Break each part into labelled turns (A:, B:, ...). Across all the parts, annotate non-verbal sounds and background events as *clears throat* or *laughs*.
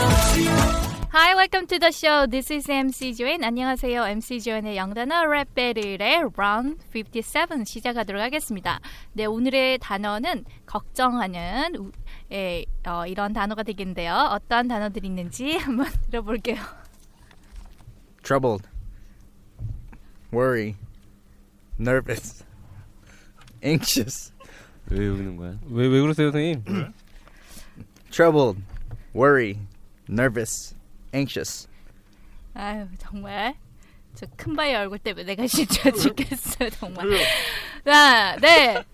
A: Hi, welcome to the show. This is MC Joan. 안녕하세요. MC Joan의 영단어 랩 배틀의 round 57 시작하도록 하겠습니다. 네, 오늘의 단어는 걱정하는 우- 예, 어, 이런 단어가 되겠는데요. 어떠한 단어들이 있는지 *laughs* 한번 들어볼게요.
B: troubled, worry, nervous, anxious,
C: 왜 우는 거야? 왜 왜 그러세요, 선생님?
B: troubled, worry, nervous, anxious.
A: 아유, 정말. 저 큰바위 얼굴 때문에 내가 *laughs* 진짜 죽겠어요, 정말. 자, 네.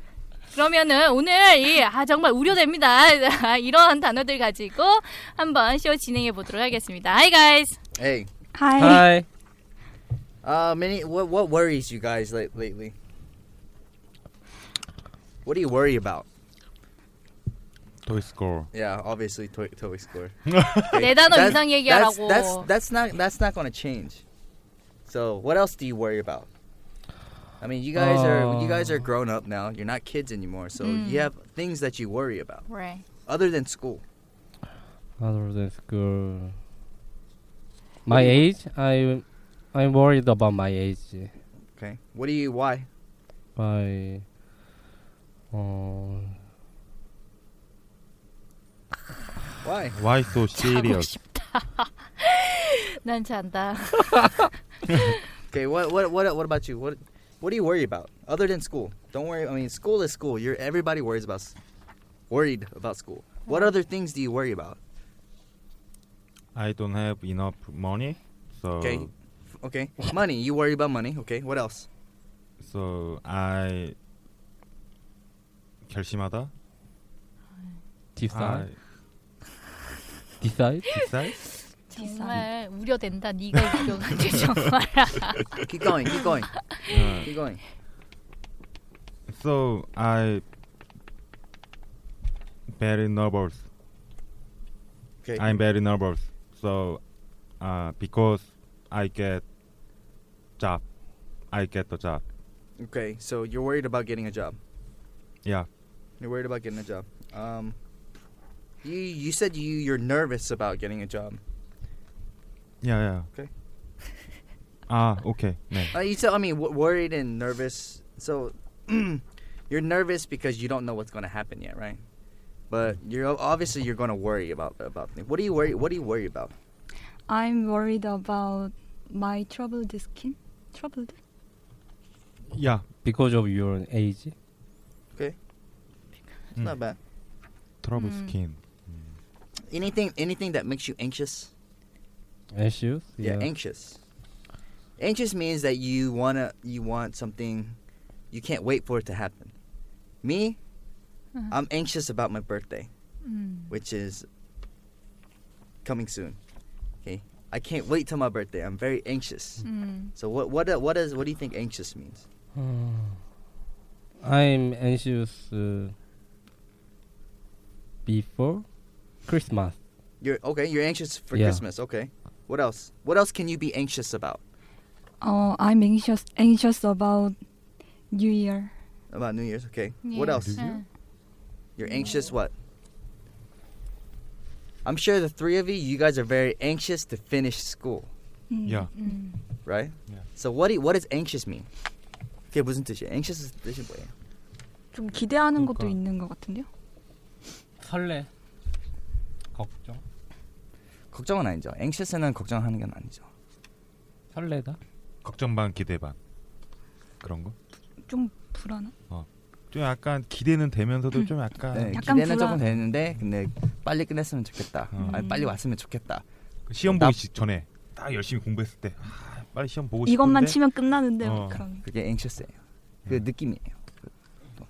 A: 그러면은 오늘 이, 아, 정말 우려됩니다. 아, 이런 단어들 가지고 한번 쇼 진행해 보도록 하겠습니다. Hi, guys.
B: Hey,
C: 하이.
B: uh, many what what worries you guys late, lately? What do you worry about?
C: 토이 스코어.
B: Yeah, obviously to- TOEIC score.
A: 내 단어
B: That-
A: 이상
B: that's,
A: 얘기하라고.
B: that's that's not that's not going to change. So, what else do you worry about? I mean, you guys are you guys are grown up now. You're not kids anymore, so you
A: Mm.
B: have things that you worry about.
A: Right.
B: other than school.
C: Other than school. My age? I I'm worried about my age.
B: Okay. What do you? Why?
C: My 어
B: Why?
D: Why so
A: 자고
D: serious?
A: 싶다. *laughs* 난 잔다.
B: Okay. What? What? What? What about you? What? What do you worry about other than school? Don't worry. I mean, school is school. You're everybody worries about, s- worried about school. What other things do you worry about?
D: I don't have enough money, so
B: Okay. Okay. Money. You worry about money. Okay. What else?
D: so I 결심하다.
C: decide
D: I
C: decide
D: decide.
A: 정말 우려된다. 네가 우려가지 정말.
B: Keep going. Keep going.
D: uh,
B: Keep going.
D: so I very nervous.
B: Okay.
D: I'm very nervous. So uh, because I get job, I get the job.
B: Okay. So you're worried about getting a job.
D: Yeah.
B: You're worried about getting a job. Um. You you said you you're nervous about getting a job.
D: Yeah, yeah.
B: Okay.
D: 아, 오케이. 네.
B: Uh, you said I mean w- worried and nervous. So *clears throat* you're nervous because you don't know what's going to happen yet, right? But you're obviously you're going to worry about about things. What do you worry? What do you worry about?
E: I'm worried about my troubled skin. Troubled?
D: Yeah.
C: because of your age.
B: It's not bad.
D: 트러블
A: 음.
D: 스킨.
B: Anything anything that makes you anxious?
C: Anxious?
B: Yeah, anxious. Anxious means that you wanna you want something, you can't wait for it to happen. Me,
A: Uh-huh.
B: I'm anxious about my birthday.
A: 음.
B: which is coming soon. Okay, I can't wait till my birthday. I'm very anxious.
A: 음.
B: So what what uh, what is what do you think anxious means?
C: 어. I'm anxious uh, before Christmas.
B: You're okay. You're anxious for
C: Yeah.
B: Christmas. Okay. What else? What else can you be anxious about?
E: Oh,
F: 어,
E: I'm anxious anxious about New Year.
B: About New Year's. Okay. What
A: 예.
B: else?
A: 응.
B: You're anxious. What? I'm sure the three of you, you guys are very anxious to finish school,
E: Mm.
D: Yeah.
A: 음.
B: right?
D: Yeah.
B: So what do you, what does anxious mean? Okay, 무슨 뜻이야? Anxious 뜻이 뭐예요?
E: 좀 기대하는
D: 그러니까.
E: 것도 있는 것 같은데요.
C: 설레. 걱정.
B: 걱정은 아니죠. anxious는 걱정하는 건 아니죠.
C: 설레다.
D: 걱정 반 기대 반 그런 거?
F: 좀 불안한?
D: 좀 약간 기대는 되면서도 좀 약간
B: 네,
F: 약간
B: 기대는
F: 불안.
B: 조금 되는데 근데 빨리 끝냈으면 좋겠다.
D: 음.
B: 아니, 빨리 왔으면 좋겠다.
D: 그 시험
B: 나-
D: 보기 전에 딱 열심히 공부했을 때 아, 빨리 시험 보고 싶은데
F: 이것만 치면 끝나는데 막
D: 어.
F: 그런
B: 그게 anxious예요. 그 느낌이에요. 그, 또.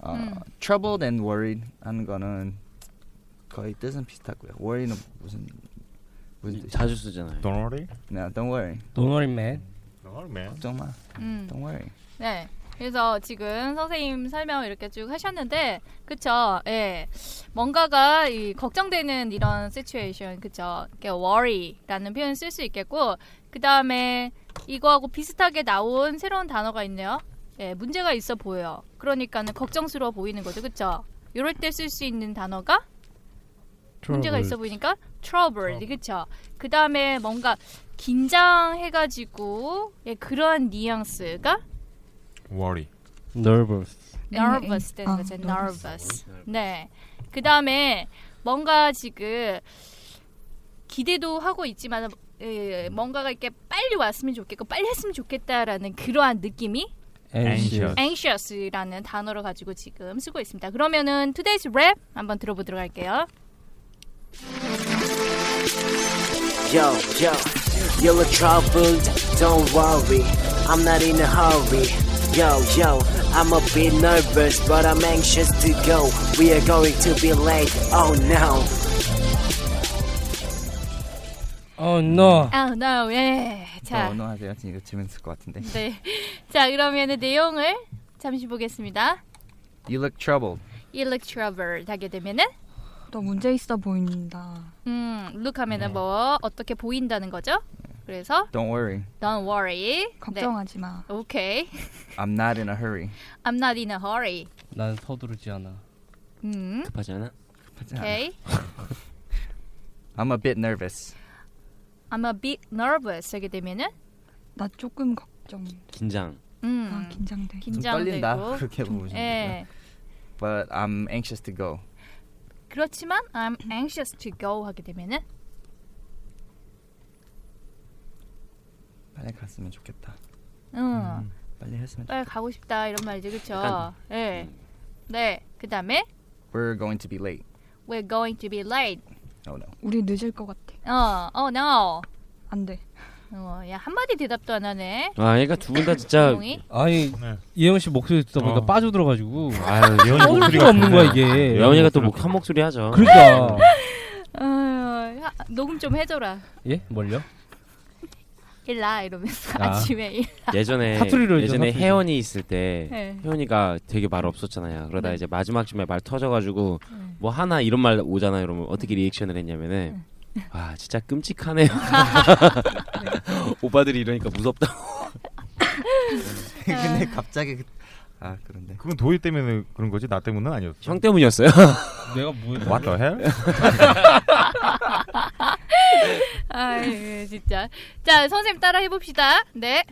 B: 어,
A: 음.
B: troubled and worried 하는 거는 거의 뜻은 비슷하고요. worry는 무슨 무슨 뜻이죠?
G: 자주 쓰잖아요.
D: Don't worry,
B: No, don't worry.
C: Don't worry, man.
D: don't worry, man.
B: 걱정 마.
A: 음.
B: Don't worry.
A: 네. 그래서 지금 선생님 설명을 이렇게 쭉 하셨는데, 그쵸? 예. 뭔가가 이 걱정되는 이런 situation, 그쵸? 이렇게 worry라는 표현 쓸 수 있겠고, 그 다음에 이거하고 비슷하게 나온 새로운 단어가 있네요. 예, 문제가 있어 보여요. 그러니까는 걱정스러워 보이는 거죠, 그쵸? 이럴 때 쓸 수 있는 단어가 문제가 있어 보이니까 trouble, 그쵸? 그 다음에 뭔가 긴장해가지고 예, 그런 뉘앙스가
D: worry.
C: Nervous.
A: nervous 되는
F: 아,
A: 거죠.
F: nervous.
A: nervous. 네. 그 다음에 뭔가 지금 기대도 하고 있지만 에, 뭔가가 이렇게 빨리 왔으면 좋겠고 빨리 했으면 좋겠다라는 그러한 느낌이
C: Anxious.
A: anxious라는 단어를 가지고 지금 쓰고 있습니다. 그러면은 today's rap 한번 들어보도록 할게요.
G: Yo, yo, you're troubled, don't worry. I'm not in a hurry. Yo, yo, I'm a bit nervous, but I'm anxious to go. We are going to be late. Oh no.
C: Oh no.
A: 아, no, 예. 자,
B: 어, 언어하세요. 지금 이거 재밌을 것 같은데.
A: 네. 자, 그러면은 내용을 잠시 보겠습니다.
B: You look troubled.
A: electrovert 하게 되면은
F: 너 문제 있어 보인다.
A: 음, look 하면은 뭐 어떻게 보인다는 거죠? 그래서
B: Don't worry.
A: don't worry.
F: 걱정하지 마.
A: 네. 오케이.
B: I'm not in a hurry.
A: I'm not in a hurry.
C: 난 서두르지 않아.
A: 음.
G: 급하지 않아?
A: 오케이.
B: I'm a bit nervous.
A: I'm a bit nervous. 하게 되면은
F: 나 조금 걱정.
G: 긴장.
F: 아,
A: 음.
F: 긴장돼.
B: 좀 떨린다. *laughs*
A: 긴장되고.
B: 그렇게 보시면 되고요.
A: 예.
B: But I'm anxious to go.
A: 그렇지만 I'm anxious to go 하게 되면은
B: 빨리 갔으면 좋겠다.
A: 음.
B: 빨리 했으면 좋겠다.
A: 빨리 가고 싶다 이런 말이죠. 그렇죠?
G: 약간,
A: 예. 네. 그다음에
B: We're going to be late.
A: we're going to be late.
B: Oh no. *laughs*
F: 우리 늦을 것 같아.
A: 어, oh no.
F: 안 돼.
A: 어, 야, 한마디 대답도 안 하네.
G: 아, 얘가 두 분 다 진짜
A: 동이?
C: 아니
D: 네.
C: 이영 씨 목소리 듣다 보니까
D: 어.
C: 빠져들어가지고
D: 아유, 예원이
C: 떠올 수가 없는 거야 이게. 뭐,
G: 영희가 또한 목소리 하죠.
C: 그러니까
A: 어, 하- 녹음 좀 해줘라.
C: 예 뭘요?
A: 일라 이러면서
C: 아.
A: *laughs* 아. 침에 일.
G: 예전에
C: 사투리로 해줘,
G: 예전에
C: 사투리로.
G: 혜원이 있을 때
A: 네.
G: 혜원이가 되게 말 없었잖아요. *laughs* 그러다
A: 네.
G: 이제 마지막쯤에 말 터져가지고 뭐 하나 이런 말 오잖아요. 그러면 어떻게 리액션을 했냐면은 와 진짜 끔찍하네요. *laughs* 오빠들이 이러니까 무섭다.
B: 근데 갑자기 그- 아 그런데
D: 그건 도희 때문에 그런 거지 나 때문은 아니었어.
G: 형 때문이었어요.
C: 내가 뭐
D: What the hell?
A: 아유 예, 진짜. 자 선생님 따라 해봅시다. 네.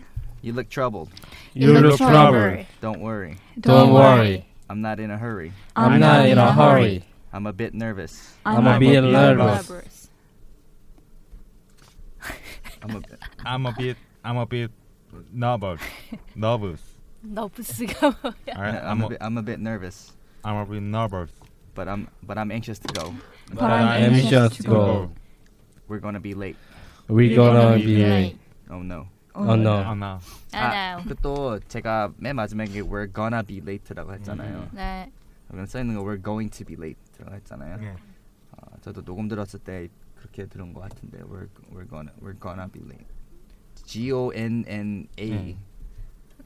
B: You look troubled.
C: You look troubled.
B: Don't worry.
C: Don't worry.
B: I'm not in a hurry.
C: I'm not in a hurry.
B: I'm a bit nervous.
C: I'm a bit nervous.
A: Nervous.
B: I'm a bit.
D: I'm a bit, I'm a bit nervous, nervous.
A: 너브스가 뭐야?
D: All right,
B: I'm
D: I'm
B: a
D: a,
B: bit. I'm a bit nervous.
D: I'm a bit nervous.
B: But I'm. But I'm anxious to go.
D: I'm
F: 어,
C: anxious to go.
B: We're gonna be late.
C: We're gonna be late.
B: Oh no. Ah,
C: Oh no.
D: 아, 나
A: 아나.
B: 그또 제가 맨 마지막에 we're gonna be late라고 했잖아요.
A: 네.
B: 그럼 써 있는 거 we're going to be late라고 했잖아요.
D: 네.
B: 어, 저도 녹음 들었을 때 그렇게 들은 것 같은데 we're we're gonna we're gonna be late. G O N N *laughs* A.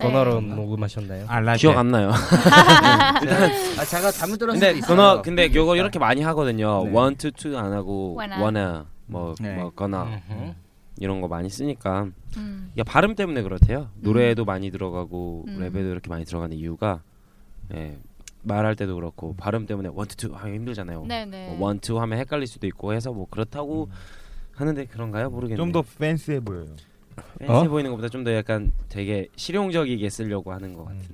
C: 전화로 녹음하셨나요?
D: I like
G: 기억
D: it.
G: 안 나요.
B: 아 제가 잘못 들었을
G: 네. 근데
F: *laughs*
B: 수도
G: 그거
B: 있어요.
G: 근데 요거 이렇게 많이 하거든요.
B: 네.
G: want to to 안 하고
A: Wanna.
G: wanna 뭐,
B: 네.
G: 뭐 gonna
C: 음흠.
G: 이런 거 많이 쓰니까
A: 음.
G: 야, 발음 때문에 그렇대요. 노래에도 많이 들어가고 랩에도 이렇게 많이 들어가는 이유가 예, 말할 때도 그렇고 발음 때문에 원투 투 하기 힘들잖아요.
A: 네네.
G: 원투 하면 헷갈릴 수도 있고 해서 뭐 그렇다고 하는데 그런가요? 모르겠네요.
D: 좀더 팬시해 보여요.
G: 팬시
C: 어?
G: 보이는 것보다 좀 더 약간 되게 실용적이게 쓰려고 하는
D: 음.
G: 것 같은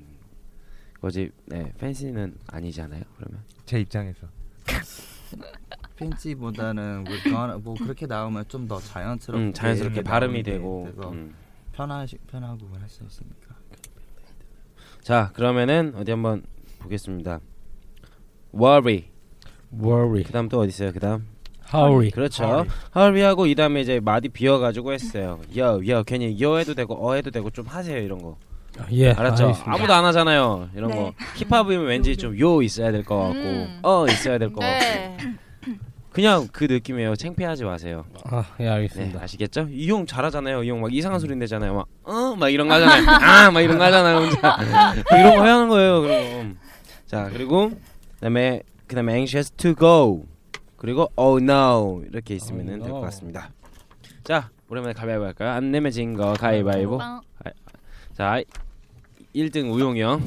G: 거지. 네, 팬시는 아니잖아요. 그러면
D: 제 입장에서.
B: 스핀치보다는 we're gonna 뭐 그렇게 나오면 좀 더 자연스럽게
G: 음, 자연스럽게
B: 그렇죠. 네, 이렇게
G: 발음이
B: 나오는데
G: 되고.
B: 그래서
G: 음.
B: 편하시 편하고 할 수 있으니까.
G: 자, 그러면은 어디 한번 보겠습니다. Worry.
C: worry,
G: 그다음 또 어디 있어요? 그다음.
C: hurry,
G: 그렇죠. Hurry하고 이 다음에 이제 마디 비어가지고 했어요. Yo, yo, 괜히 yo 해도 되고 어 해도 되고 좀 하세요 이런 거.
C: 예,
G: 알았죠?
C: 알겠습니다.
G: 아무도 안 하잖아요. 이런
E: 네.
G: 거. 힙합이면 왠지 좀 요 있어야 될 것 같고
A: 음.
G: 어 있어야 될 것 같고
A: 네.
G: 그냥 그 느낌이에요. 창피하지 마세요.
C: 아, 예,
G: 네,
C: 알겠습니다. 음.
G: 아시겠죠? 이 형 잘하잖아요. 이 형 막 이상한 소리 내잖아요. 막, 어? 막 이런
C: *laughs*
G: 거 하잖아요. 아! 막 이런 거 하잖아요. 혼자. 이런 거 해야 하는 거예요. 그런 거. 자, 그리고, 그 다음에, 그 다음에 anxious to go. 그리고 oh no. 이렇게 있으면
C: Oh,
G: 될 것
C: no.
G: 같습니다. 자, 오랜만에 가위바위보 할까요? 안 내면 진 거 가위바위보.
A: 빵.
G: 자, 1등 우용이 형.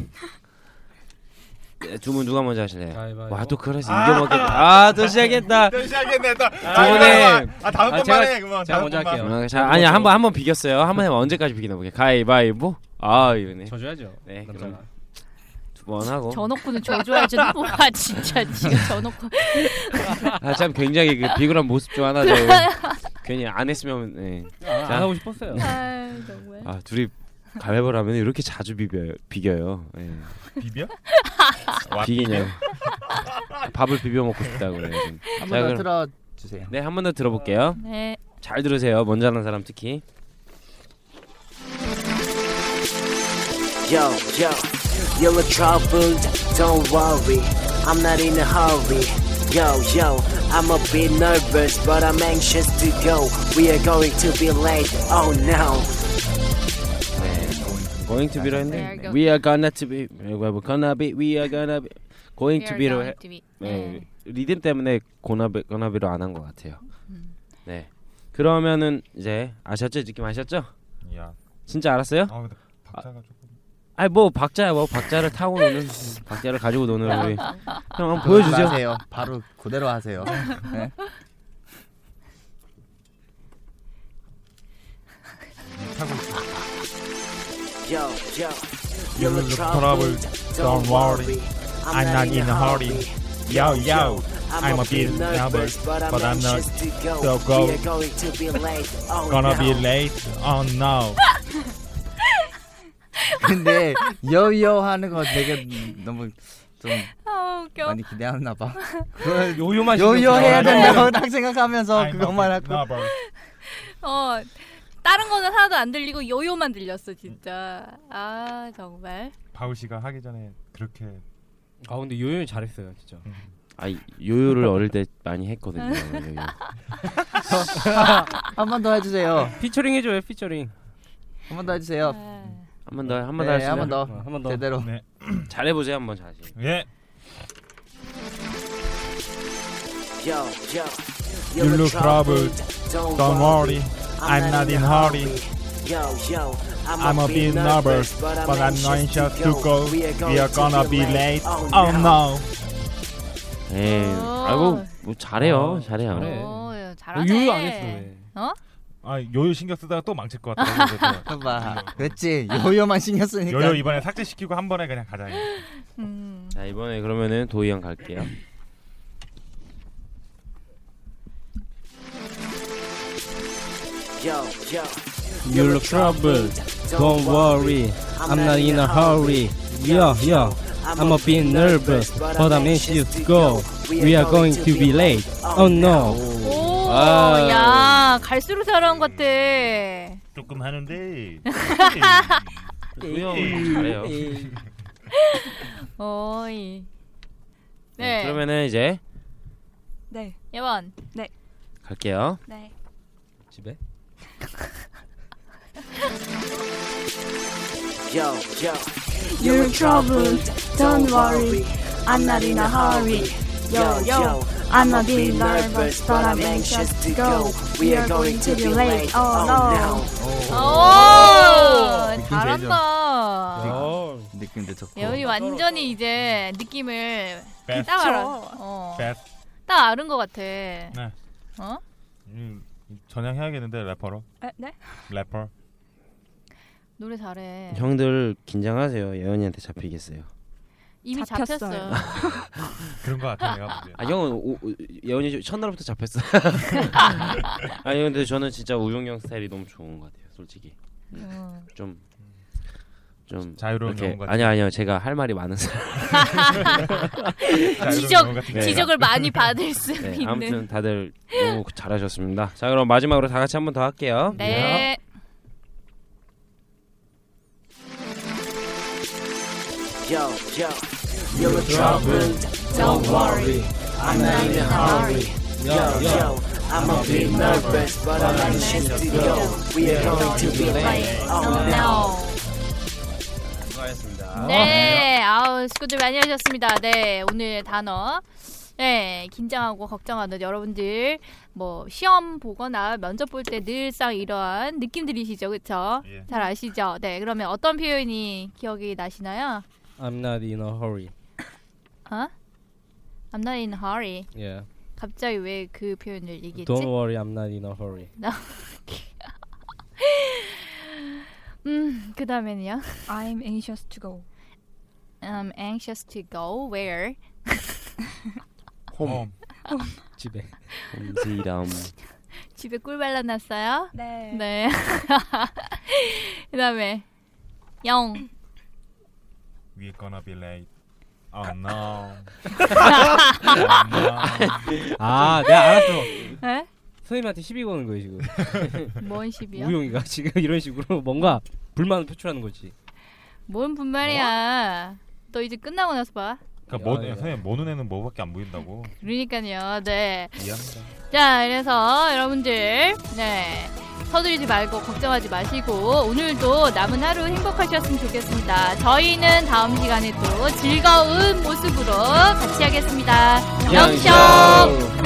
G: 네, 두 분 누가 먼저 하실래요?
C: 가위바위보.
G: 와, 또 그래서 이겨먹겠다. 아, 또 시작했다.
H: 또 시작했네 또.
G: 번에.
H: 아 다음 번만
C: 아, 제가-
H: 해. 그만.
C: 제가
H: 다음
C: 먼저
H: 번만.
C: 할게요.
G: 아, 자, 아니 한 번 한 번 비겼어요. 한 번에 언제까지 비기나 보게. 가위바위보. 아 이거네.
C: 쳐줘야죠.
G: 네, 그럼.
C: 남자가.
G: 두 번 하고.
A: 저놓고는 줘줘야지 뭐야 진짜 지금 저놓고
G: 아 참 굉장히 그 비굴한 모습 중 하나죠. *laughs* 괜히 안 했으면. 네.
C: 아,
G: 자.
C: 안 하고 싶었어요.
A: 아 정말
G: 아 둘이 가위바위보 하면 이렇게 자주 비벼요. 비겨요. 예.
H: 비벼?
G: 비기냐. 밥을 비벼 먹고 싶다고 그래요. 지금.
B: 한
G: 자,
B: 번 더
G: 그럼-
B: 들어주세요.
G: 네, 한 번 더 들어볼게요.
A: 네
G: 잘 들으세요. 먼저 하는 사람 특히.
I: Yo, yo, you're troubled, don't worry, I'm not in a hurry. Yo, yo, I'm a bit nervous, but I'm anxious to go. We are going to be late, oh no.
G: 네. Going to be로
A: There you
G: 했네.
A: go.
G: We are gonna to be. We're gonna be. We are gonna be. Going to be로 해.
A: TV
G: 네. 리듬 때문에 고나비, 고나비로 안 한 것 같아요. 네. 그러면은 이제 아셨죠? 느낌 아셨죠?
D: 야.
G: 진짜 알았어요?
D: 아 근데 박자가 조금.
G: 아니 뭐 박자야 뭐 박자를 타고 노는 *laughs* 박자를 가지고 노는 우리 형 한번 보여주세요.
B: 하세요. 바로 그대로 하세요. 네.
I: Yo, yo, you're
D: You're
I: troubled, don't worry, I'm not in a hurry.
D: Yo yo.
I: I'm a bit nervous, but I'm not. So go.
D: go.
I: We are going to be late, oh
D: Gonna be
I: no.
D: late. Oh no.
B: *laughs* 근데 요요 하는 거 되게 너무 좀
A: 아 웃겨
B: 많이 기대하나 봐.
G: 아,
C: 요요만
B: 요요 해야
G: 네.
D: 돼.
B: 된다고 딱 생각하면서
D: I'm
B: 그것만
D: a
B: 하고
D: bit nervous.
A: 어 다른 거는 하나도 안 들리고 요요만 들렸어 진짜 아 정말
D: 바울 씨가 하기 전에 그렇게
C: 아 근데 요요 잘했어요 진짜.
G: 아 요요를 어릴 때 많이 했거든요. 요요.
B: 한 번 더 해주세요.
C: 피처링 해줘요 피처링.
B: 한 번 더 해주세요.
A: 아,
G: 한번 더, 한 번 더 네.
B: 네,
G: 하시죠.
B: 한 번 더.
C: 어, 한번 더.
B: 제대로.
G: 잘해보세요 한번 다시.
D: 예.
I: Yo, yo,
D: You look troubled,
I: Don't,
D: Don't worry. I'm not in hurry.
I: Yo, yo,
D: I'm a bit nervous, but I'm not anxious to go. We are gonna be late. Oh no.
G: 예.
A: 어.
G: 아이고 뭐 잘해요,
C: 아,
G: 잘해요.
C: 잘해.
A: 어, 야,
C: 어,
A: 잘하네
C: 요요 안 했어 왜?
A: 어?
D: 아 요요 신경 쓰다가 또 망칠 것 같아.
B: 그러니까. 봐봐. 그랬지. 요요만 신경 쓰니까.
D: 요요 이번에 삭제시키고 한 번에 그냥 가자.
A: 음.
G: 자 이번에 그러면은 도희 형 갈게요.
I: Yo, yo,
C: You look troubled. Don't worry. I'm not in a hurry. Yo, yo. I'm a bit nervous, but I'm anxious to go. We are going to be late. Oh no.
G: 아.
A: 오야 갈수록 잘한 것 같아
D: 조금 하는데.
G: 도희 형 잘해요.
A: 어이
G: 네.
A: 네
G: 그러면은 이제
E: 네.
A: 예원
G: 갈게요.
E: 네.
C: 집에?
I: yo, yo.
E: You're troubled, don't worry, I'm not in a hurry. Yo, yo, I'm a bit nervous, but I'm anxious to go. We are going to be late, oh no.
A: 오
B: 느낌
A: 잘한다
C: 어.
B: 느낌도 좋고.
A: 예원이 완전히 이제 느낌을
D: 뺐.
A: 딱 알아 어.
D: 뺐.
A: 딱 아는 것 같아 네 어?
D: 음, 전향해야겠는데 래퍼로.
F: Eh,
E: 아, 네?
D: 래퍼.
A: 노래 잘해 네.
G: 형들 긴장하세요. 예언이한테 잡히겠어요.
A: 이미
J: 잡혔어요.
A: 잡혔어요.
K: 그런 거 같아 내가 보기엔.
G: 아 형은 오- 오- 예원이 씨 첫날부터 잡혔어. *laughs* 아니 근데 저는 진짜 우용이 형 스타일이 너무 좋은 것 같아요, 솔직히.
A: 음.
G: 좀. 좀
K: 자유로운
G: 이렇게-
K: 영혼 같은
G: 아니요 아니요 제가 할 말이 많은 사람
A: 지적-
G: 네.
A: 지적을 많이 받을 수 있는.
G: 아무튼 다들 너무 잘하셨습니다 자 그럼 마지막으로 다 같이 한 번 더 할게요
A: 네.
I: Yo, yo, you're troubled. Don't worry, I'm not in a hurry. Yo, yo, I'm a bit nervous, but I'm anxious to go. We are going to be late. Oh
G: 수고하셨습니다
A: 네, 아우 수고들 많이 하셨습니다. 네, 오늘 단어. 네, 긴장하고 걱정하는 여러분들 뭐 시험 보거나 면접 볼 때 늘상 이러한 느낌들이시죠, 그렇죠? 잘 아시죠? 네, 그러면 어떤 표현이 기억이 나시나요?
C: I'm not in a hurry.
A: 어? I'm not in a hurry.
C: Yeah.
A: 갑자기 왜 그 표현을 얘기했지?
C: Don't worry, I'm not in a hurry.
A: 나- 음, 그 다음에는요?
D: 네.
A: I'm anxious to go. I'm anxious to go where?
G: 홈
C: 집에
G: 음, 홈지람
A: 집에 꿀 발라놨어요?
J: 네.
A: 네. *laughs* 그 다음에 영.
K: We gonna be late. Oh no.
C: *laughs* 아, 내가 알았어.
A: 네?
C: 선생님한테 시비 거는 거예요 지금.
A: 뭔 시비야?
C: 우용이가 *laughs* 지금 이런 식으로 뭔가 불만을 표출하는 거지.
A: 뭔 분말이야? 너 이제 끝나고 나서 봐.
K: 그러니까 뭐 선생님 뭐 눈에는 뭐밖에 안 보인다고.
A: 그러니까요. 네.
K: 미안합니다.
A: 자, 그래서 여러분들, 네. 서두르지 말고 걱정하지 마시고 오늘도 남은 하루 행복하셨으면 좋겠습니다. 저희는 다음 시간에 또 즐거운 모습으로 같이 하겠습니다. 영쇼
G: 영쇼!